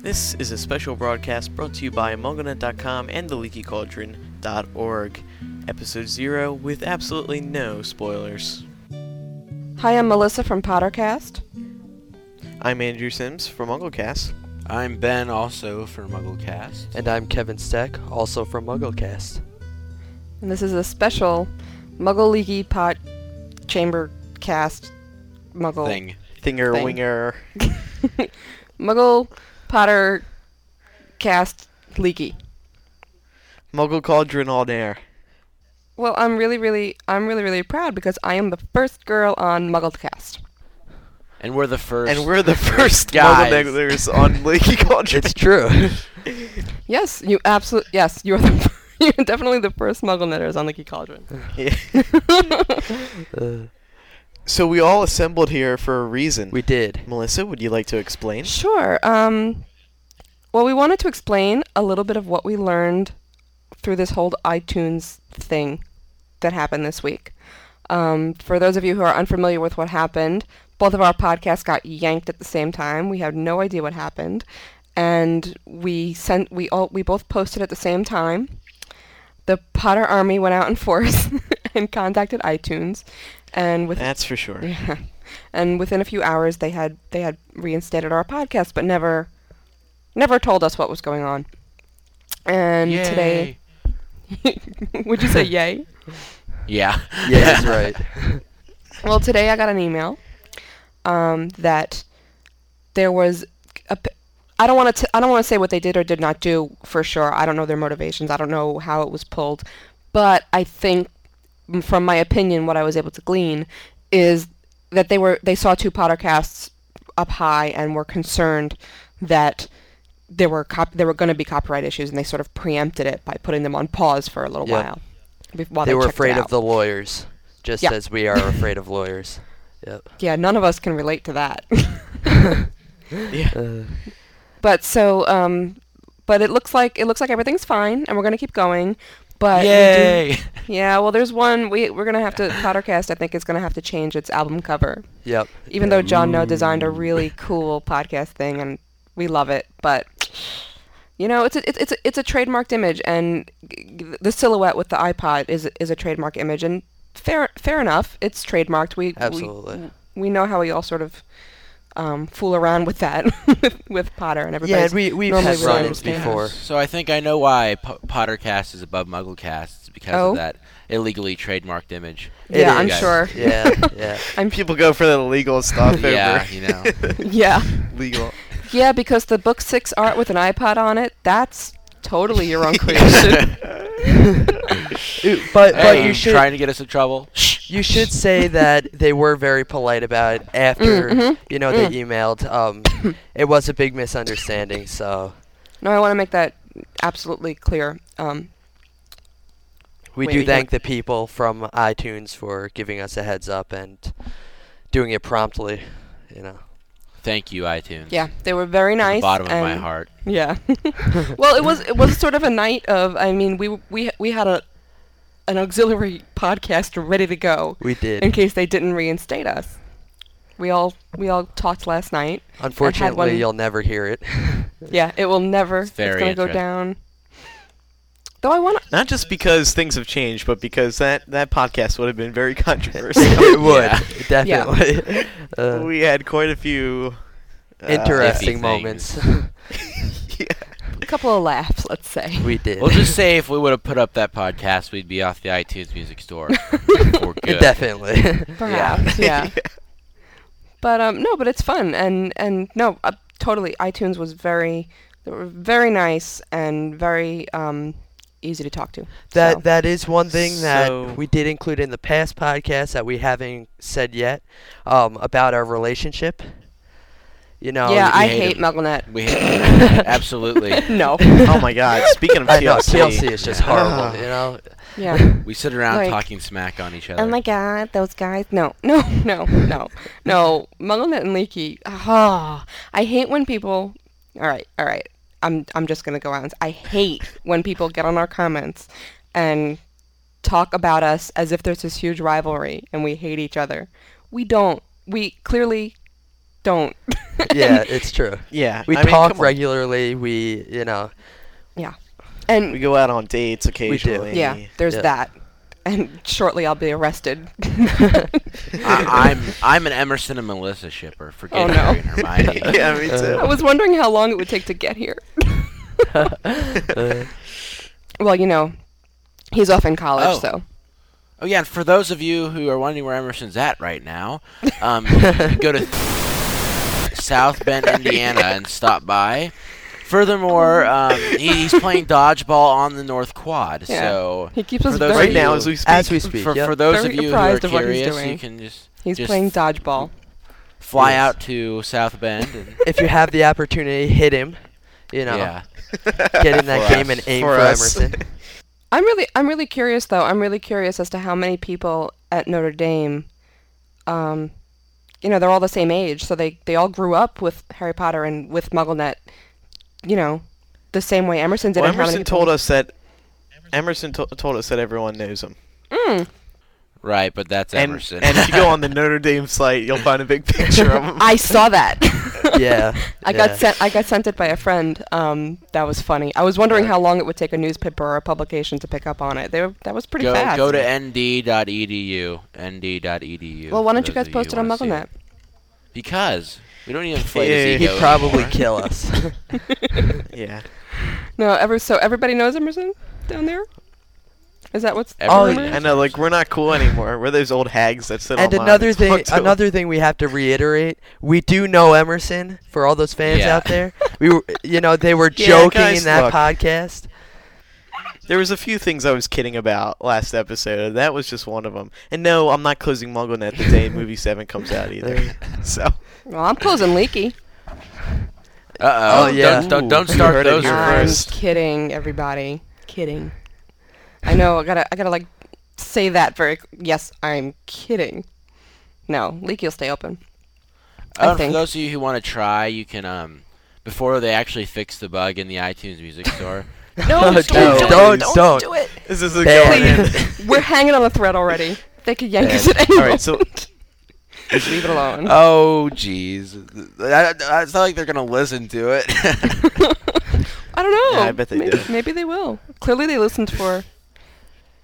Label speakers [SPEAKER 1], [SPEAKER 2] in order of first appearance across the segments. [SPEAKER 1] This is a special broadcast brought to you by MuggleNet.com and TheLeakyCauldron.org. Episode 0 with absolutely no spoilers.
[SPEAKER 2] Hi, I'm Melissa from Pottercast.
[SPEAKER 1] I'm Andrew Sims from MuggleCast.
[SPEAKER 3] I'm Ben, also for MuggleCast.
[SPEAKER 4] And I'm Kevin Steck, also from MuggleCast.
[SPEAKER 2] And this is a special Muggle Leaky Pot Chamber Cast Muggle
[SPEAKER 3] Thing.
[SPEAKER 1] Thinger
[SPEAKER 2] Thing.
[SPEAKER 1] Winger.
[SPEAKER 2] Muggle Potter Cast Leaky.
[SPEAKER 1] Muggle Cauldron on air.
[SPEAKER 2] Well, I'm really, really, I'm really, really proud because I am the first girl on MuggleCast.
[SPEAKER 3] And we're the first.
[SPEAKER 1] And we're the first
[SPEAKER 3] Guys.
[SPEAKER 1] Muggle Neglers on Leaky Cauldron.
[SPEAKER 4] It's true.
[SPEAKER 2] Yes, you absolutely. Yes, you are the. You're definitely the first Muggle netters on Leaky Cauldron.
[SPEAKER 1] Yeah. so we all assembled here for a reason.
[SPEAKER 4] Uh, we did.
[SPEAKER 1] Melissa, would you like to explain?
[SPEAKER 2] Sure. Um, well, we wanted to explain a little bit of what we learned through this whole iTunes thing that happened this week. Um, for those of you who are unfamiliar with what happened, both of our podcasts got yanked at the same time. We have no idea what happened, and we sent we all we both posted at the same time. The Potter Army went out in force and contacted iTunes, and with
[SPEAKER 1] That's for sure.
[SPEAKER 2] yeah. And within a few hours they had they had reinstated our podcast but never never told us what was going on. And today would you say yay?
[SPEAKER 3] Yeah.
[SPEAKER 4] Yeah, he's right.
[SPEAKER 2] Well, today I got an email um, that there was a p- I don't want to I don't want to say what they did or did not do for sure. I don't know their motivations. I don't know how it was pulled, but I think m- from my opinion what I was able to glean is that they were they saw two podcasts up high and were concerned that there were cop- there were going to be copyright issues and they sort of preempted it by putting them on pause for a little
[SPEAKER 4] Yeah.
[SPEAKER 2] while. bef- while
[SPEAKER 4] they were
[SPEAKER 2] checked it
[SPEAKER 4] afraid
[SPEAKER 2] out.
[SPEAKER 4] of the lawyers, just
[SPEAKER 2] Yeah.
[SPEAKER 4] as we are afraid of lawyers. Yep.
[SPEAKER 2] Yeah, none of us can relate to that.
[SPEAKER 1] Yeah.
[SPEAKER 4] Uh,
[SPEAKER 2] But so, um, but it looks like it looks like everything's fine, and we're gonna keep going. But we do-
[SPEAKER 3] Yay!
[SPEAKER 2] yeah, well, there's one we we're gonna have to Pottercast. I think is gonna have to change its album cover,
[SPEAKER 4] yep.
[SPEAKER 2] even though John No designed a really cool podcast thing, and we love it. But you know, it's a, it's it's a, it's a trademarked image, and g- g- the silhouette with the iPod is is a trademark image, and fair fair enough, it's trademarked. We
[SPEAKER 4] Absolutely.
[SPEAKER 2] we, we know how we all sort of. Um, fool around with that with, with Potter and everybody.
[SPEAKER 4] Yeah, and we we've
[SPEAKER 2] normally
[SPEAKER 4] had
[SPEAKER 2] really
[SPEAKER 4] run it
[SPEAKER 2] understand.
[SPEAKER 4] before.
[SPEAKER 3] So I think I know why Po- Pottercast is above MuggleCast. It's because
[SPEAKER 2] Oh.
[SPEAKER 3] of that illegally trademarked image.
[SPEAKER 4] It
[SPEAKER 2] yeah, I'm
[SPEAKER 4] is.
[SPEAKER 2] sure.
[SPEAKER 4] Yeah, yeah.
[SPEAKER 2] I'm
[SPEAKER 1] People go for the legal stuff
[SPEAKER 3] yeah,
[SPEAKER 1] over
[SPEAKER 3] you know.
[SPEAKER 2] yeah,
[SPEAKER 1] legal.
[SPEAKER 2] yeah, because the book six art with an iPod on it—that's totally your own creation.
[SPEAKER 4] but
[SPEAKER 3] hey,
[SPEAKER 4] but you should
[SPEAKER 3] trying to get us in trouble.
[SPEAKER 4] you should say that they were very polite about it after
[SPEAKER 2] mhm,
[SPEAKER 4] you know they emailed. Um, it was a big misunderstanding. So
[SPEAKER 2] no, I want to make that absolutely clear. Um,
[SPEAKER 4] we
[SPEAKER 2] Wait,
[SPEAKER 4] do
[SPEAKER 2] you-
[SPEAKER 4] thank the people from iTunes for giving us a heads up and doing it promptly. You know.
[SPEAKER 3] Thank you, iTunes.
[SPEAKER 2] yeah, they were very
[SPEAKER 3] From
[SPEAKER 2] nice.
[SPEAKER 3] The bottom of my
[SPEAKER 2] and-
[SPEAKER 3] heart.
[SPEAKER 2] Yeah. well, it was it was sort of a night of. I mean, we we we had a an auxiliary podcast ready to go
[SPEAKER 4] We did.
[SPEAKER 2] in case they didn't reinstate us. We all we all talked last night. one-
[SPEAKER 4] Unfortunately, you'll never hear it.
[SPEAKER 2] Yeah, it will never.
[SPEAKER 3] It's
[SPEAKER 2] It's,
[SPEAKER 3] very
[SPEAKER 2] gonna go
[SPEAKER 3] interesting.
[SPEAKER 2] down. Though I want to.
[SPEAKER 1] Not just because things have changed, but because that, that podcast would have been very controversial.
[SPEAKER 4] it would
[SPEAKER 3] Yeah.
[SPEAKER 4] definitely. Uh,
[SPEAKER 1] we had quite a few uh,
[SPEAKER 4] interesting
[SPEAKER 3] iffy
[SPEAKER 4] moments.
[SPEAKER 1] yeah.
[SPEAKER 2] A couple of laughs, let's say.
[SPEAKER 4] we did.
[SPEAKER 3] We'll just say if we would have put up that podcast, we'd be off the iTunes Music Store. for good.
[SPEAKER 4] definitely.
[SPEAKER 2] Perhaps, yeah. But um, no, but it's fun and and no, uh, totally. iTunes was very, they were very nice and very um, easy to talk to.
[SPEAKER 4] That
[SPEAKER 2] So,
[SPEAKER 4] that is one thing that
[SPEAKER 1] So-
[SPEAKER 4] we did include in the past podcast that we haven't said yet um, about our relationship. oh, You know,
[SPEAKER 2] yeah,
[SPEAKER 3] we
[SPEAKER 2] I
[SPEAKER 3] hate
[SPEAKER 2] hate
[SPEAKER 3] him.
[SPEAKER 2] MuggleNet.
[SPEAKER 3] We absolutely.
[SPEAKER 2] no.
[SPEAKER 1] Oh my God! Speaking of
[SPEAKER 4] I know
[SPEAKER 1] TLC,
[SPEAKER 4] TLC is just
[SPEAKER 1] Ah.
[SPEAKER 4] horrible. You know,
[SPEAKER 2] Yeah.
[SPEAKER 3] We sit around
[SPEAKER 2] Like-
[SPEAKER 3] talking smack on each other.
[SPEAKER 2] Oh my God, those guys! No, no, no, no, no. MuggleNet and Leaky. Ah, I hate when people. All right, all right. I'm I'm just gonna go out and s- I hate when people get on our comments and talk about us as if there's this huge rivalry and we hate each other. We don't. We clearly don't.
[SPEAKER 4] yeah, it's true.
[SPEAKER 1] Yeah.
[SPEAKER 4] We
[SPEAKER 1] I mean,
[SPEAKER 4] talk
[SPEAKER 1] come on.
[SPEAKER 4] regularly. We, you know,
[SPEAKER 2] And
[SPEAKER 1] We go out on dates occasionally.
[SPEAKER 2] yeah, there's
[SPEAKER 4] Yeah.
[SPEAKER 2] that. And shortly I'll be arrested.
[SPEAKER 3] I, I'm I'm an Emerson and Melissa shipper. Forget
[SPEAKER 2] Oh, no.
[SPEAKER 3] Harry and Hermione.
[SPEAKER 1] yeah, me too.
[SPEAKER 2] I was wondering how long it would take to get here.
[SPEAKER 4] uh,
[SPEAKER 2] Well, you know, he's off in college,
[SPEAKER 3] Oh.
[SPEAKER 2] so
[SPEAKER 3] Oh yeah, and for those of you who are wondering where Emerson's at right now, um, you can go to South Bend, Indiana, and stop by. Furthermore, um, he, he's playing dodgeball on the North Quad.
[SPEAKER 2] Yeah.
[SPEAKER 3] So
[SPEAKER 2] he keeps
[SPEAKER 3] For
[SPEAKER 2] us
[SPEAKER 3] those
[SPEAKER 2] very.
[SPEAKER 1] right now, as we speak.
[SPEAKER 4] uh, as we speak,
[SPEAKER 3] for,
[SPEAKER 4] yep.
[SPEAKER 3] for those
[SPEAKER 2] Very
[SPEAKER 3] of you who are
[SPEAKER 2] apprised of what he's
[SPEAKER 3] curious, you
[SPEAKER 2] doing.
[SPEAKER 3] can just
[SPEAKER 2] he's
[SPEAKER 3] just
[SPEAKER 2] playing dodgeball.
[SPEAKER 3] fly
[SPEAKER 4] Yes.
[SPEAKER 3] out to South Bend. And,
[SPEAKER 4] if you have the opportunity, hit him. You know,
[SPEAKER 3] Yeah.
[SPEAKER 4] get in that
[SPEAKER 3] For
[SPEAKER 4] game and
[SPEAKER 3] us.
[SPEAKER 4] aim
[SPEAKER 1] For
[SPEAKER 4] for,
[SPEAKER 1] us.
[SPEAKER 4] Emerson.
[SPEAKER 2] I'm really, I'm really curious though. I'm really curious as to how many people at Notre Dame, um, you know, they're all the same age, so they they all grew up with Harry Potter and with MuggleNet, you know, the same way Emerson did.
[SPEAKER 1] Well,
[SPEAKER 2] and how many
[SPEAKER 1] Emerson
[SPEAKER 2] people-
[SPEAKER 1] told us that. Emerson to- told us that everyone knows him.
[SPEAKER 2] Mm.
[SPEAKER 3] Right, but that's
[SPEAKER 1] And,
[SPEAKER 3] Emerson.
[SPEAKER 1] and if you go on the Notre Dame site, you'll find a big picture of him.
[SPEAKER 2] I saw that.
[SPEAKER 4] yeah.
[SPEAKER 2] I
[SPEAKER 4] yeah.
[SPEAKER 2] got sent. I got sent it by a friend. Um, that was funny. I was wondering how long it would take a newspaper or a publication to pick up on it. They were, that was pretty
[SPEAKER 3] go,
[SPEAKER 2] fast.
[SPEAKER 3] go to E nd.edu. nd.edu.
[SPEAKER 2] well, why don't
[SPEAKER 3] E for
[SPEAKER 2] you
[SPEAKER 3] those
[SPEAKER 2] guys
[SPEAKER 3] of
[SPEAKER 2] post it
[SPEAKER 3] who
[SPEAKER 2] on
[SPEAKER 3] wanna see
[SPEAKER 2] MuggleNet?
[SPEAKER 3] Because we don't even inflate his
[SPEAKER 1] Yeah.
[SPEAKER 3] ego.
[SPEAKER 4] He'd probably
[SPEAKER 3] anymore.
[SPEAKER 4] kill us.
[SPEAKER 1] yeah.
[SPEAKER 2] No, ever. So everybody knows Emerson down there. Is that what's?
[SPEAKER 3] Everyone
[SPEAKER 4] Oh,
[SPEAKER 3] knows
[SPEAKER 1] I know, like we're not cool anymore. We're those old hags that sit
[SPEAKER 4] and
[SPEAKER 1] online
[SPEAKER 4] another
[SPEAKER 1] and
[SPEAKER 4] thing,
[SPEAKER 1] talk to
[SPEAKER 4] another thing we have to reiterate: we do know Emerson. For all those fans
[SPEAKER 3] Yeah.
[SPEAKER 4] out there, we, were, you know, they were
[SPEAKER 1] Yeah,
[SPEAKER 4] joking
[SPEAKER 1] guys,
[SPEAKER 4] in that
[SPEAKER 1] look.
[SPEAKER 4] podcast.
[SPEAKER 1] There was a few things I was kidding about last episode. and That was just one of them. And no, I'm not closing MuggleNet the day Movie Seven comes out either. So
[SPEAKER 2] Well, I'm closing Leaky.
[SPEAKER 3] Uh-oh.
[SPEAKER 4] Oh, yeah.
[SPEAKER 3] Don't, don't, don't
[SPEAKER 1] Ooh,
[SPEAKER 3] start
[SPEAKER 1] you heard it
[SPEAKER 3] those
[SPEAKER 1] here
[SPEAKER 2] I'm
[SPEAKER 3] rumors.
[SPEAKER 1] first.
[SPEAKER 2] kidding, everybody. Kidding. I know. I gotta. I gotta like say that very. Yes, I'm kidding. No, Leaky will stay open. I
[SPEAKER 3] Oh, and for
[SPEAKER 2] think.
[SPEAKER 3] those of you who want to try, you can um before they actually fix the bug in the iTunes music store.
[SPEAKER 2] No,
[SPEAKER 4] don't,
[SPEAKER 2] don't,
[SPEAKER 4] don't,
[SPEAKER 2] don't,
[SPEAKER 4] don't.
[SPEAKER 2] don't do it.
[SPEAKER 1] this is a
[SPEAKER 4] Bad.
[SPEAKER 1] going in.
[SPEAKER 2] We're hanging on a thread already. They could yank us
[SPEAKER 1] Bad.
[SPEAKER 2] at any
[SPEAKER 1] All right, so-
[SPEAKER 2] moment. leave it alone.
[SPEAKER 3] oh jeez. It's not like they're gonna listen to it.
[SPEAKER 2] I don't know.
[SPEAKER 1] Yeah, I bet they
[SPEAKER 2] maybe,
[SPEAKER 1] did.
[SPEAKER 2] Maybe they will. Clearly, they listened for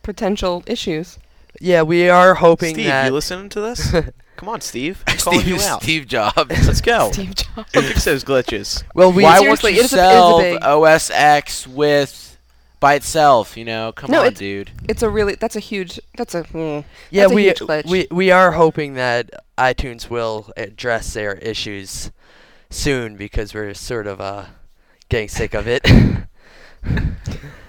[SPEAKER 2] potential issues.
[SPEAKER 4] Yeah, we are hoping
[SPEAKER 1] Steve,
[SPEAKER 4] that
[SPEAKER 1] you listening to this? Come on, Steve. I'm calling
[SPEAKER 3] Steve,
[SPEAKER 1] you out.
[SPEAKER 3] Steve Jobs.
[SPEAKER 1] Let's go.
[SPEAKER 2] Steve Jobs.
[SPEAKER 1] Fix those glitches.
[SPEAKER 4] Well, we
[SPEAKER 3] Why
[SPEAKER 2] Seriously,
[SPEAKER 3] won't you
[SPEAKER 2] it is a- it is a
[SPEAKER 3] sell
[SPEAKER 2] big-
[SPEAKER 3] OS X with by itself? You know, come
[SPEAKER 2] No,
[SPEAKER 3] on,
[SPEAKER 2] it's-
[SPEAKER 3] dude.
[SPEAKER 2] It's a really. That's a huge. That's a. mm,
[SPEAKER 4] yeah
[SPEAKER 2] that's a
[SPEAKER 4] we
[SPEAKER 2] huge glitch.
[SPEAKER 4] we we are hoping that iTunes will address their issues soon because we're sort of uh getting sick of it.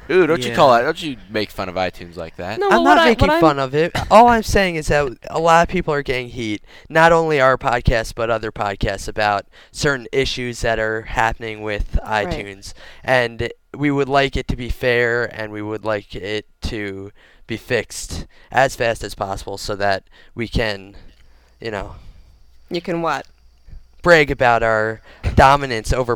[SPEAKER 3] Ooh, don't you
[SPEAKER 1] Yeah.
[SPEAKER 3] call it? Don't you make fun of iTunes like that?
[SPEAKER 2] no,
[SPEAKER 4] I'm
[SPEAKER 2] well, what
[SPEAKER 4] not
[SPEAKER 2] I-
[SPEAKER 4] making
[SPEAKER 2] what I'm-
[SPEAKER 4] fun of it. All I'm saying is that a lot of people are getting heat, not only our podcast but other podcasts about certain issues that are happening with
[SPEAKER 2] Right.
[SPEAKER 4] iTunes. And we would like it to be fair and we would like it to be fixed as fast as possible so that we can, you know,
[SPEAKER 2] You can what?
[SPEAKER 4] brag about our dominance over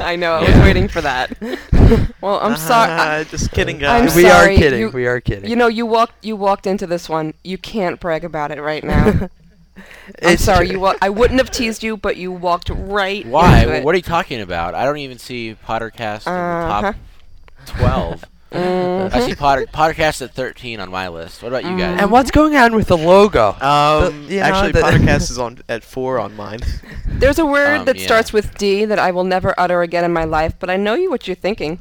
[SPEAKER 2] I know. I was
[SPEAKER 3] Yeah.
[SPEAKER 2] waiting for that. well, I'm sorry. I-
[SPEAKER 1] Ah, just kidding,
[SPEAKER 2] I'm
[SPEAKER 1] guys.
[SPEAKER 4] we
[SPEAKER 2] sorry,
[SPEAKER 4] are kidding.
[SPEAKER 2] you-
[SPEAKER 4] we are kidding.
[SPEAKER 2] you know, you walked. You walked into this one. You can't brag about it right now. I'm
[SPEAKER 4] It's
[SPEAKER 2] sorry.
[SPEAKER 4] true.
[SPEAKER 2] You. Wa- I wouldn't have teased you, but you walked right.
[SPEAKER 3] Why?
[SPEAKER 2] Into it.
[SPEAKER 3] What are you talking about? I don't even see Pottercast
[SPEAKER 2] Uh-huh.
[SPEAKER 3] in the top 12
[SPEAKER 4] Uh-huh.
[SPEAKER 2] Mhm.
[SPEAKER 3] I see Potter Pottercast at thirteen on my list. What about you guys?
[SPEAKER 4] and what's going on with the logo?
[SPEAKER 1] Um,
[SPEAKER 4] The- you know,
[SPEAKER 1] actually,
[SPEAKER 4] the-
[SPEAKER 1] Pottercast is on uh, at four on mine.
[SPEAKER 2] There's a word
[SPEAKER 3] Um,
[SPEAKER 2] that
[SPEAKER 3] yeah.
[SPEAKER 2] starts with D that I will never utter again in my life, but I know you what you're thinking.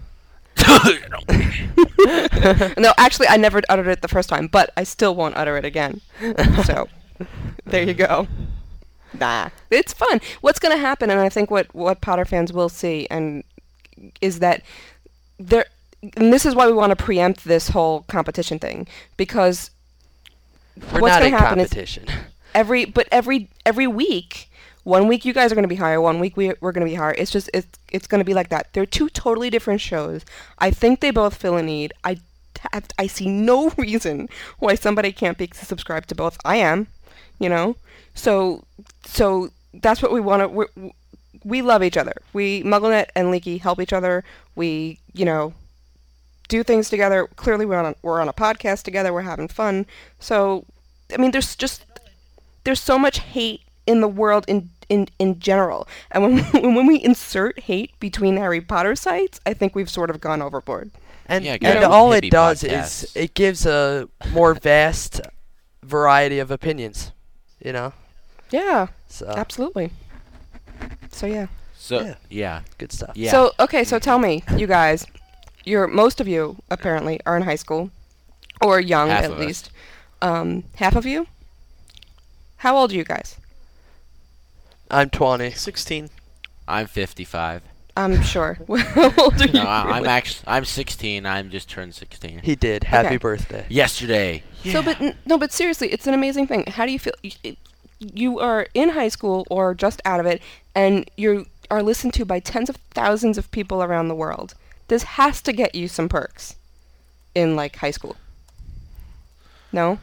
[SPEAKER 2] No, actually, I never uttered it the first time, but I still won't utter it again. So, there you go. Nah, it's fun. What's going to happen, and I think what what Potter fans will see, and is that there, and this is why we want to preempt this whole competition thing because
[SPEAKER 4] We're
[SPEAKER 2] what's
[SPEAKER 4] not
[SPEAKER 2] gonna
[SPEAKER 4] in
[SPEAKER 2] happen is-
[SPEAKER 4] competition.
[SPEAKER 2] every but every every week one week you guys are going to be higher one week we, we're going to be higher it's just it's it's going to be like that they're two totally different shows i think they both fill a need i have- i see no reason why somebody can't be subscribed to both i am you know so so that's what we want to we love each other we mugglenet and leaky help each other we you know do things together clearly we're on a, we're on a podcast together we're having fun so i mean there's just there's so much hate in the world in in in general. And when when we insert hate between Harry Potter sites, I think we've sort of gone overboard.
[SPEAKER 4] And,
[SPEAKER 3] Yeah,
[SPEAKER 2] get
[SPEAKER 4] and
[SPEAKER 2] on
[SPEAKER 4] all
[SPEAKER 3] the
[SPEAKER 4] it
[SPEAKER 3] hippie
[SPEAKER 4] does
[SPEAKER 3] podcasts.
[SPEAKER 4] is it gives a more vast variety of opinions, you know?
[SPEAKER 2] Yeah,
[SPEAKER 3] Ah.
[SPEAKER 4] So,
[SPEAKER 2] absolutely. So yeah.
[SPEAKER 3] So
[SPEAKER 4] Yeah.
[SPEAKER 3] yeah, yeah.
[SPEAKER 4] good stuff.
[SPEAKER 2] So okay, so tell me, you guys, you're most of you apparently are in high school, or young
[SPEAKER 3] Half
[SPEAKER 2] at
[SPEAKER 3] of us.
[SPEAKER 2] least. Um, half of you. How old are you guys?
[SPEAKER 4] I'm 20.
[SPEAKER 1] 16.
[SPEAKER 3] I'm 55.
[SPEAKER 2] I'm sure. How old are you?
[SPEAKER 3] No, I, I'm
[SPEAKER 2] really?
[SPEAKER 3] actually I'm 16. I'm just turned 16
[SPEAKER 4] He did. Happy
[SPEAKER 2] Okay.
[SPEAKER 4] birthday.
[SPEAKER 3] yesterday.
[SPEAKER 2] So, but n- no, but seriously, it's an amazing thing. How do you feel? y- it- You are in high school or just out of it, and you are listened to by tens of thousands of people around the world. This has to get you some perks in like high school. No,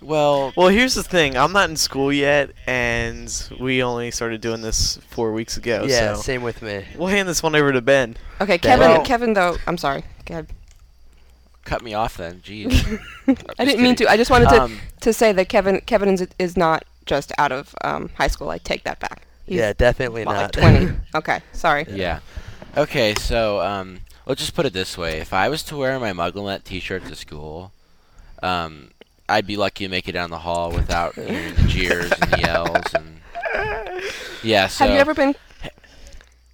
[SPEAKER 3] Well,
[SPEAKER 1] Well, here's the thing. I'm not in school yet, and we only started doing this four weeks ago.
[SPEAKER 4] yeah,
[SPEAKER 1] so
[SPEAKER 4] same with me.
[SPEAKER 1] we'll hand this one over to Ben.
[SPEAKER 2] okay,
[SPEAKER 4] That-
[SPEAKER 2] Kevin.
[SPEAKER 4] Well-
[SPEAKER 2] Kevin, though, I'm sorry. Go ahead.
[SPEAKER 3] cut me off then. Jeez.
[SPEAKER 2] I didn't mean to. I just wanted to,
[SPEAKER 3] Um,
[SPEAKER 2] to say that Kevin Kevin is, is not just out of um, high school. I take that back. He's
[SPEAKER 4] yeah, definitely
[SPEAKER 2] well, like
[SPEAKER 4] not.
[SPEAKER 2] 20. okay, sorry.
[SPEAKER 3] Yeah. Okay, so um, let's just put it this way: if I was to wear my MuggleNet T-shirt to school, um, I'd be lucky to make it down the hall without hearing the jeers and the yells and. Yeah. So.
[SPEAKER 2] Have you ever been?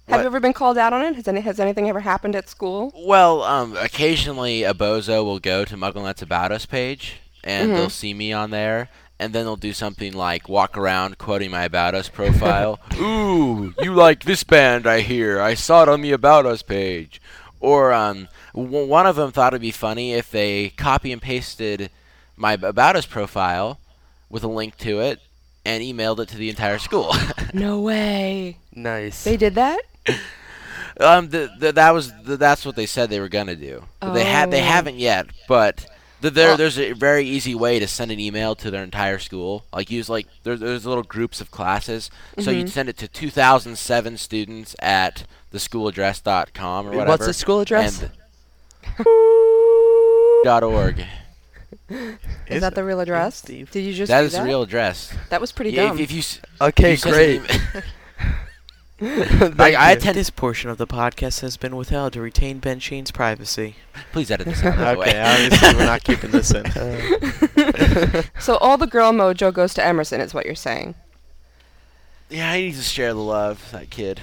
[SPEAKER 2] Have
[SPEAKER 3] What?
[SPEAKER 2] you ever been called out on it? Has any has anything ever happened at school?
[SPEAKER 3] Well, um, occasionally a bozo will go to MuggleNet's About Us page, and
[SPEAKER 2] Mhm.
[SPEAKER 3] they'll see me on there, and then they'll do something like walk around quoting my About Us profile. Ooh, you like this band, I hear. I saw it on the About Us page. Or um, w- one of them thought it'd be funny if they copy and pasted my About Us profile with a link to it and emailed it to the entire school.
[SPEAKER 2] No way.
[SPEAKER 4] nice.
[SPEAKER 2] They did that.
[SPEAKER 3] Um, the, the, that was the, that's what they said they were gonna do. They had they
[SPEAKER 2] Oh.
[SPEAKER 3] haven't yet, but the, there
[SPEAKER 2] Oh.
[SPEAKER 3] there's a very easy way to send an email to their entire school. Like use like there, there's little groups of classes, so you'd send it to 2007 students at theschooladdress.com or whatever.
[SPEAKER 4] What's the school address?
[SPEAKER 3] and- dot org.
[SPEAKER 2] Is, that the real address?
[SPEAKER 1] Steve.
[SPEAKER 2] Did you just
[SPEAKER 3] That
[SPEAKER 2] do
[SPEAKER 3] is the real address.
[SPEAKER 2] That was pretty
[SPEAKER 3] Yeah,
[SPEAKER 2] dumb.
[SPEAKER 3] if, if you s-
[SPEAKER 4] okay,
[SPEAKER 3] you send an
[SPEAKER 4] great.
[SPEAKER 3] email-
[SPEAKER 4] Thank
[SPEAKER 3] like I
[SPEAKER 4] you.
[SPEAKER 3] attend.
[SPEAKER 1] This portion of the podcast has been withheld to retain Ben Shane's privacy.
[SPEAKER 3] Please edit this out. by the
[SPEAKER 1] Okay,
[SPEAKER 3] way.
[SPEAKER 1] obviously we're not keeping this in.
[SPEAKER 4] Uh,
[SPEAKER 2] so all the girl mojo goes to Emerson, is what you're saying.
[SPEAKER 3] yeah, he needs to share the love. That kid.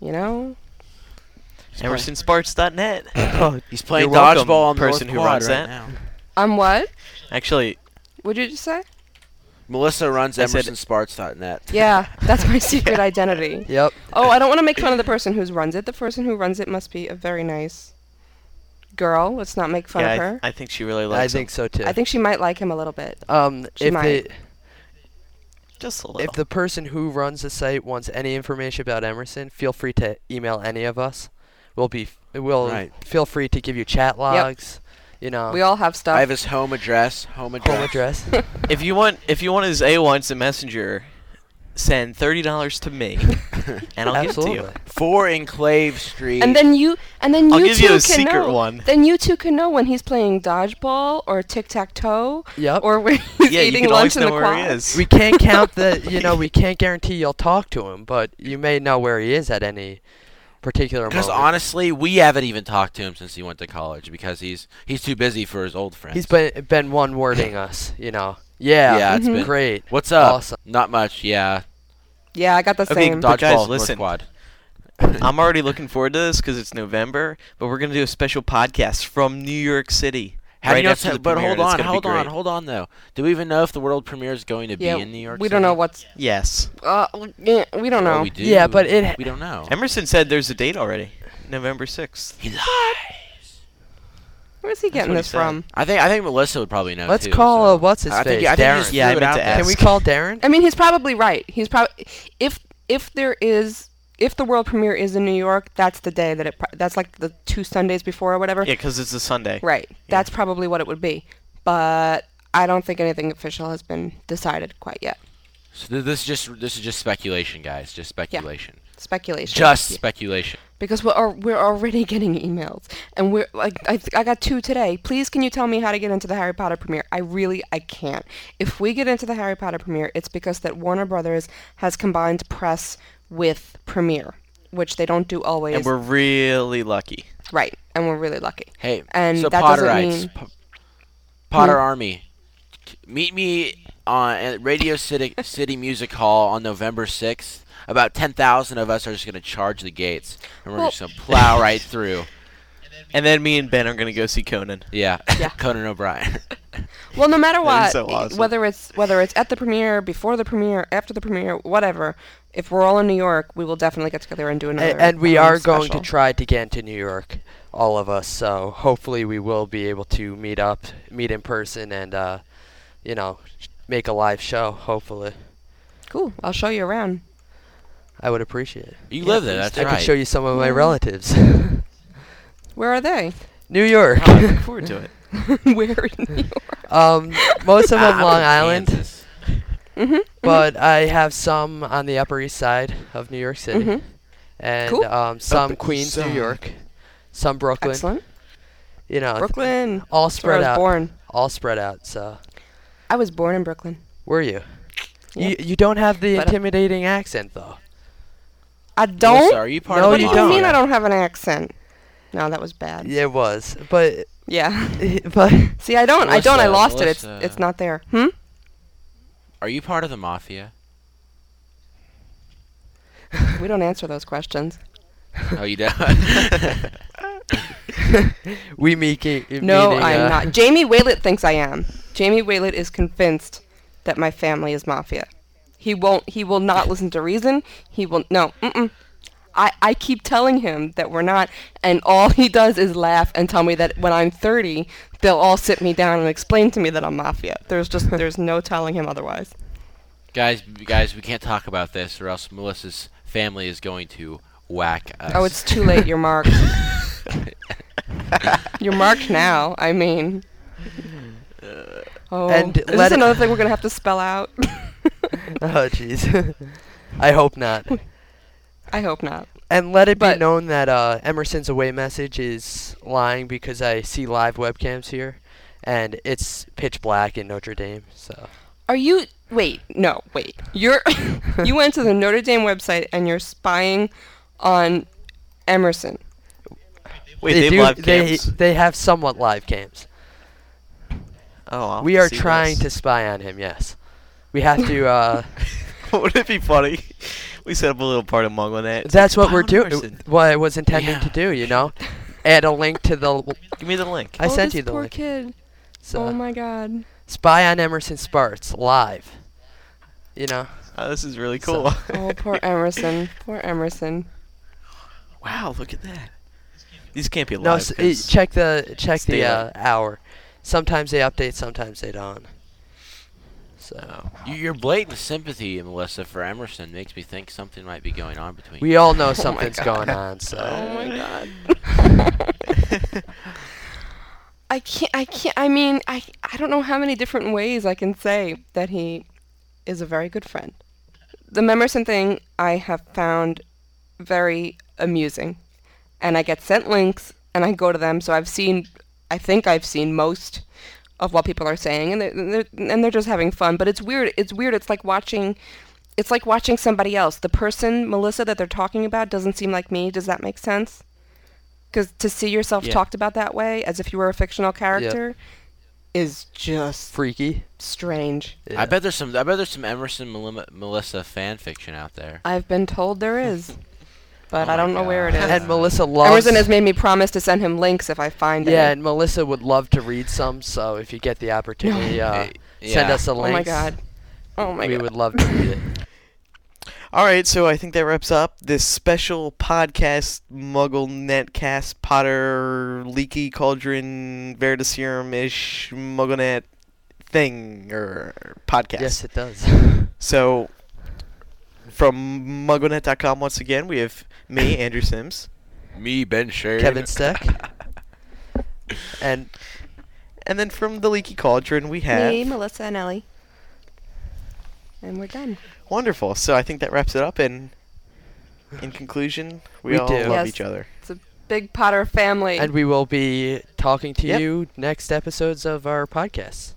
[SPEAKER 2] You know?
[SPEAKER 1] EmersonSparts.net.
[SPEAKER 4] oh,
[SPEAKER 3] He's playing
[SPEAKER 1] You're welcome,
[SPEAKER 3] dodgeball on the
[SPEAKER 1] person
[SPEAKER 3] North
[SPEAKER 1] who
[SPEAKER 3] Quad
[SPEAKER 1] runs
[SPEAKER 3] right
[SPEAKER 1] that.
[SPEAKER 3] now.
[SPEAKER 2] I'm what?
[SPEAKER 1] Actually,
[SPEAKER 2] Would you just say?
[SPEAKER 3] Melissa runs
[SPEAKER 1] I said-
[SPEAKER 3] EmersonSparts.net.
[SPEAKER 2] Yeah, that's my secret identity.
[SPEAKER 4] yep.
[SPEAKER 2] Oh, I don't want to make fun of the person who runs it. The person who runs it must be a very nice girl. Let's not make fun
[SPEAKER 1] yeah, I,
[SPEAKER 2] of
[SPEAKER 1] th-
[SPEAKER 2] her.
[SPEAKER 1] I think she really
[SPEAKER 4] I
[SPEAKER 1] likes
[SPEAKER 4] think so too.
[SPEAKER 2] I think she might like him a little bit.
[SPEAKER 4] um,
[SPEAKER 2] she
[SPEAKER 4] if
[SPEAKER 2] might.
[SPEAKER 4] the
[SPEAKER 1] him. Just a little.
[SPEAKER 4] if the person who runs the site wants any information about Emerson, feel free to email any of us. We'll be we'll
[SPEAKER 3] Right.
[SPEAKER 4] feel free to give you chat logs. You know,
[SPEAKER 2] we all have stuff.
[SPEAKER 3] I have his home address. Home address.
[SPEAKER 4] home address.
[SPEAKER 1] if you want, if you want his A1 as a messenger, send thirty dollars to me, and I'll
[SPEAKER 4] Absolutely.
[SPEAKER 1] give it to
[SPEAKER 3] Four Enclave Street.
[SPEAKER 2] and then you and then you
[SPEAKER 1] I'll give
[SPEAKER 2] two
[SPEAKER 1] you a
[SPEAKER 2] can
[SPEAKER 1] secret
[SPEAKER 2] know.
[SPEAKER 1] one.
[SPEAKER 2] Then you two can know when he's playing dodgeball or tic tac toe
[SPEAKER 4] Yep.
[SPEAKER 2] or when
[SPEAKER 1] you.
[SPEAKER 2] he's
[SPEAKER 1] yeah, you
[SPEAKER 2] eating
[SPEAKER 1] can always
[SPEAKER 2] lunch in the
[SPEAKER 1] know where he
[SPEAKER 2] quad.
[SPEAKER 1] is.
[SPEAKER 4] we can't count the you know we can't guarantee you'll talk to him but you may know where he is at any particular moment
[SPEAKER 3] because honestly, we haven't even talked to him since he went to college because he's he's too busy for his old friends.
[SPEAKER 4] he's been been one wording us you know yeah
[SPEAKER 3] Yeah, it's been-
[SPEAKER 4] great
[SPEAKER 3] What's up?
[SPEAKER 4] Awesome.
[SPEAKER 3] Not much. Yeah.
[SPEAKER 2] Yeah, I got the
[SPEAKER 1] Okay,
[SPEAKER 2] same.
[SPEAKER 1] But
[SPEAKER 3] Dodgeball.
[SPEAKER 1] guys,
[SPEAKER 3] North
[SPEAKER 1] listen.
[SPEAKER 3] Quad.
[SPEAKER 1] I'm already looking forward to this because it's November, but we're gonna do a special podcast from New York City.
[SPEAKER 3] How do
[SPEAKER 1] right
[SPEAKER 3] you know
[SPEAKER 1] after
[SPEAKER 3] it's-
[SPEAKER 1] the
[SPEAKER 3] but
[SPEAKER 1] premiere,
[SPEAKER 3] hold
[SPEAKER 1] and it's
[SPEAKER 3] on,
[SPEAKER 1] gonna be
[SPEAKER 3] hold on,
[SPEAKER 1] great.
[SPEAKER 3] hold on though. Do we even know if the world premiere is going to be
[SPEAKER 2] yeah,
[SPEAKER 3] in New York?
[SPEAKER 2] we don't know what's.
[SPEAKER 1] Yes,
[SPEAKER 2] Uh, yeah, we don't
[SPEAKER 1] Oh,
[SPEAKER 2] know.
[SPEAKER 3] Well, we do.
[SPEAKER 4] Yeah, but it-
[SPEAKER 3] We don't know.
[SPEAKER 1] Emerson said there's a date already, November sixth.
[SPEAKER 3] He lied.
[SPEAKER 2] Where's he getting
[SPEAKER 1] what he
[SPEAKER 2] this
[SPEAKER 1] said.
[SPEAKER 2] from?
[SPEAKER 3] I think I think Melissa would probably know.
[SPEAKER 4] let's
[SPEAKER 3] too,
[SPEAKER 4] call
[SPEAKER 3] so.
[SPEAKER 4] uh, what's his
[SPEAKER 3] I
[SPEAKER 4] face
[SPEAKER 3] think, I think you
[SPEAKER 4] darren
[SPEAKER 3] just
[SPEAKER 1] Yeah, I
[SPEAKER 3] threw it
[SPEAKER 1] meant
[SPEAKER 3] out
[SPEAKER 1] to
[SPEAKER 3] there.
[SPEAKER 4] can we
[SPEAKER 1] ask.
[SPEAKER 4] call darren
[SPEAKER 2] I mean, he's probably right. He's probably if if there is if the world premiere is in New York, that's the day that it. pro- That's like the two Sundays before or whatever.
[SPEAKER 1] Yeah, because it's a Sunday.
[SPEAKER 2] Right. That's probably what it would be. But I don't think anything official has been decided quite yet.
[SPEAKER 3] So th- this is just this is just speculation, guys. Just speculation.
[SPEAKER 2] Speculation.
[SPEAKER 3] Just speculation.
[SPEAKER 2] because we're al- we're already getting emails, and we're like I th- I got two today. Please, can you tell me how to get into the Harry Potter premiere? I really I can't. If we get into the Harry Potter premiere, it's because that Warner Brothers has combined press with premiere, which they don't do always.
[SPEAKER 1] And we're really lucky.
[SPEAKER 2] right, and we're really lucky.
[SPEAKER 3] Hey,
[SPEAKER 2] And
[SPEAKER 3] so
[SPEAKER 2] that doesn't
[SPEAKER 3] Potterites,
[SPEAKER 2] mean- Hmm.
[SPEAKER 3] Po- Potter Army, meet me on at Radio City City Music Hall on November sixth. About ten thousand of us are just gonna charge the gates, and we're
[SPEAKER 2] Well-
[SPEAKER 3] just gonna plow right through.
[SPEAKER 1] And then me and Ben are gonna go see Conan.
[SPEAKER 3] Yeah,
[SPEAKER 2] Yeah.
[SPEAKER 3] Conan O'Brien.
[SPEAKER 2] Well, no matter
[SPEAKER 1] That is so
[SPEAKER 2] what,
[SPEAKER 1] awesome.
[SPEAKER 2] whether it's whether it's at the premiere, before the premiere, after the premiere, whatever, if we're all in New York, we will definitely get together and do
[SPEAKER 4] A-
[SPEAKER 2] another.
[SPEAKER 4] And, we
[SPEAKER 2] um,
[SPEAKER 4] are going to
[SPEAKER 2] special.
[SPEAKER 4] try to get into New York, all of us. So hopefully we will be able to meet up, meet in person, and uh, you know, make a live show. Hopefully,
[SPEAKER 2] Cool. I'll show you around.
[SPEAKER 4] I would appreciate it.
[SPEAKER 3] You
[SPEAKER 4] Yeah,
[SPEAKER 3] live there,
[SPEAKER 4] please.
[SPEAKER 3] that's
[SPEAKER 4] I
[SPEAKER 3] right.
[SPEAKER 4] can show you some of my
[SPEAKER 2] Mhm.
[SPEAKER 4] relatives.
[SPEAKER 2] Where are they?
[SPEAKER 4] New York.
[SPEAKER 1] Oh, I look forward to it.
[SPEAKER 2] Where in New York? Ah,
[SPEAKER 4] um, most of them
[SPEAKER 3] Ah, I'm in
[SPEAKER 4] Long Island,
[SPEAKER 3] Kansas.
[SPEAKER 2] hmm
[SPEAKER 4] but I have some on the Upper East Side of New York City,
[SPEAKER 2] Mhm.
[SPEAKER 4] and
[SPEAKER 2] Cool.
[SPEAKER 4] um, some
[SPEAKER 1] East
[SPEAKER 4] Queens, New
[SPEAKER 1] Side.
[SPEAKER 4] York, some Brooklyn.
[SPEAKER 2] Excellent.
[SPEAKER 4] You know, th-
[SPEAKER 2] Brooklyn.
[SPEAKER 4] all
[SPEAKER 2] That's where I
[SPEAKER 4] spread
[SPEAKER 2] was
[SPEAKER 4] out.
[SPEAKER 2] born.
[SPEAKER 4] All spread out. So.
[SPEAKER 2] I was born in Brooklyn.
[SPEAKER 4] Were you?
[SPEAKER 2] Yeah.
[SPEAKER 4] You you don't have the
[SPEAKER 2] But, uh,
[SPEAKER 4] intimidating accent though.
[SPEAKER 2] I
[SPEAKER 3] Melissa,
[SPEAKER 2] don't.
[SPEAKER 3] are you part
[SPEAKER 4] No,
[SPEAKER 3] of
[SPEAKER 2] what
[SPEAKER 3] the
[SPEAKER 2] do you
[SPEAKER 3] Long
[SPEAKER 2] mean I
[SPEAKER 3] Island?
[SPEAKER 2] don't have an accent? No, that was bad.
[SPEAKER 4] Yeah, it was, but
[SPEAKER 2] Yeah.
[SPEAKER 4] but
[SPEAKER 2] See, I don't. I don't. I
[SPEAKER 3] Melissa,
[SPEAKER 2] lost it.
[SPEAKER 3] Melissa.
[SPEAKER 2] It's it's not there. Hmm.
[SPEAKER 3] Are you part of the mafia?
[SPEAKER 2] We don't answer those questions.
[SPEAKER 3] Oh, you don't.
[SPEAKER 4] we meet. No,
[SPEAKER 2] No, I'm
[SPEAKER 4] uh,
[SPEAKER 2] not. Jamie Waylett thinks I am. Jamie Waylett is convinced that my family is mafia. He won't. He will not listen to reason. He will no. Mm-mm. I I keep telling him that we're not, and all he does is laugh and tell me that when I'm 30, they'll all sit me down and explain to me that I'm mafia. There's just there's no telling him otherwise.
[SPEAKER 3] guys, guys, we can't talk about this, or else Melissa's family is going to whack us.
[SPEAKER 2] Oh, it's too late. You're marked. You're marked now. I mean. Oh,
[SPEAKER 4] And
[SPEAKER 2] is
[SPEAKER 4] let
[SPEAKER 2] this
[SPEAKER 4] it-
[SPEAKER 2] another thing we're gonna have to spell out?
[SPEAKER 4] oh jeez, I hope not.
[SPEAKER 2] I hope not.
[SPEAKER 4] And let it be
[SPEAKER 2] But-
[SPEAKER 4] known that uh, Emerson's away message is lying because I see live webcams here, and it's pitch black in Notre Dame. So
[SPEAKER 2] Are you? Wait, no, wait. You're you went to the Notre Dame website and you're spying on Emerson.
[SPEAKER 1] Wait, they, live
[SPEAKER 4] they
[SPEAKER 1] cams.
[SPEAKER 4] they have somewhat live cams.
[SPEAKER 1] oh, I'll
[SPEAKER 4] we
[SPEAKER 1] have
[SPEAKER 4] are
[SPEAKER 1] see
[SPEAKER 4] trying
[SPEAKER 1] this.
[SPEAKER 4] to spy on him. Yes, we have to. Uh,
[SPEAKER 1] Wouldn't it be funny? We set up a little part of Mongolnet.
[SPEAKER 4] That's what we're
[SPEAKER 1] Pound
[SPEAKER 4] doing.
[SPEAKER 1] person.
[SPEAKER 4] What I was intending to
[SPEAKER 3] Yeah.
[SPEAKER 4] do, you know, add a link to the. l-
[SPEAKER 1] Give me the link.
[SPEAKER 4] I
[SPEAKER 2] oh,
[SPEAKER 4] sent
[SPEAKER 2] this
[SPEAKER 4] you the
[SPEAKER 2] poor
[SPEAKER 4] link.
[SPEAKER 2] kid.
[SPEAKER 4] So,
[SPEAKER 2] Oh my God.
[SPEAKER 4] spy on Emerson Sparts live. You know,
[SPEAKER 1] Oh, this is really
[SPEAKER 4] So-
[SPEAKER 1] cool.
[SPEAKER 2] Oh, poor Emerson. poor Emerson.
[SPEAKER 1] wow, look at that. These can't be live.
[SPEAKER 4] no, s- it-
[SPEAKER 1] 'cause-
[SPEAKER 4] check the check the
[SPEAKER 1] daylight.
[SPEAKER 4] uh, hour. Sometimes they update, sometimes they don't. So
[SPEAKER 1] Oh.
[SPEAKER 3] You, your blatant sympathy, Melissa, for Emerson makes me think something might be going on between
[SPEAKER 4] we
[SPEAKER 3] you.
[SPEAKER 4] all know something's going on.
[SPEAKER 2] Oh
[SPEAKER 4] So
[SPEAKER 2] my God. I can't. I can't. I mean, I. I don't know how many different ways I can say that he is a very good friend. The Memerson thing I have found very amusing, and I get sent links and I go to them. So I've seen. I think I've seen most of what people are saying, and they're, they're and they're just having fun. But it's weird. It's weird. It's like watching. It's like watching somebody else. The person Melissa that they're talking about doesn't seem like me. Does that make sense? Because to see yourself
[SPEAKER 1] Yeah.
[SPEAKER 2] talked about that way, as if you were a fictional character, is just
[SPEAKER 4] freaky.
[SPEAKER 2] strange.
[SPEAKER 3] I bet there's some. I bet there's some Emerson Melim- Melissa fan fiction out there.
[SPEAKER 2] I've been told there is, but
[SPEAKER 3] Oh
[SPEAKER 2] I
[SPEAKER 3] my
[SPEAKER 2] don't know where it
[SPEAKER 3] God.
[SPEAKER 2] is.
[SPEAKER 4] And Melissa loves.
[SPEAKER 2] Emerson has made me promise to send him links if I find
[SPEAKER 4] yeah,
[SPEAKER 2] it.
[SPEAKER 4] and Melissa would love to read some. So if you get the opportunity, uh, send
[SPEAKER 3] yeah.
[SPEAKER 4] us a
[SPEAKER 2] Oh
[SPEAKER 4] link.
[SPEAKER 2] my god. Oh my
[SPEAKER 4] we
[SPEAKER 2] god.
[SPEAKER 4] would love to read it.
[SPEAKER 1] All right, so I think that wraps up this special podcast, Muggle Netcast Potter Leaky Cauldron Veritaserum ish MuggleNet thing or podcast.
[SPEAKER 4] Yes, it does.
[SPEAKER 1] So, from MuggleNet.com once again, we have me, Andrew Sims,
[SPEAKER 3] Me, Ben Shade.
[SPEAKER 4] Kevin Steck. and
[SPEAKER 1] and then from the Leaky Cauldron we have
[SPEAKER 2] Me, Melissa, and Ellie. And we're done.
[SPEAKER 1] wonderful. So I think that wraps it up, and In conclusion, we,
[SPEAKER 4] We
[SPEAKER 1] all
[SPEAKER 4] do.
[SPEAKER 1] love
[SPEAKER 2] Yes.
[SPEAKER 1] each other.
[SPEAKER 2] Big Potter family.
[SPEAKER 4] And we will be talking to
[SPEAKER 1] Yep.
[SPEAKER 4] you next episodes of our podcast.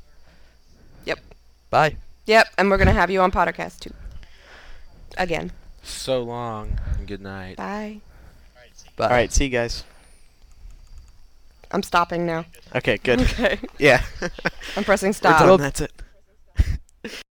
[SPEAKER 2] Yep.
[SPEAKER 4] Bye.
[SPEAKER 2] yep, and we're gonna have you on Pottercast too. Again.
[SPEAKER 3] So long and good night.
[SPEAKER 2] Bye.
[SPEAKER 4] Bye.
[SPEAKER 1] All right, see you guys.
[SPEAKER 2] I'm stopping now.
[SPEAKER 1] Okay, good.
[SPEAKER 2] Okay.
[SPEAKER 1] Yeah.
[SPEAKER 2] I'm pressing
[SPEAKER 1] We're
[SPEAKER 2] stop.
[SPEAKER 1] done, That's it.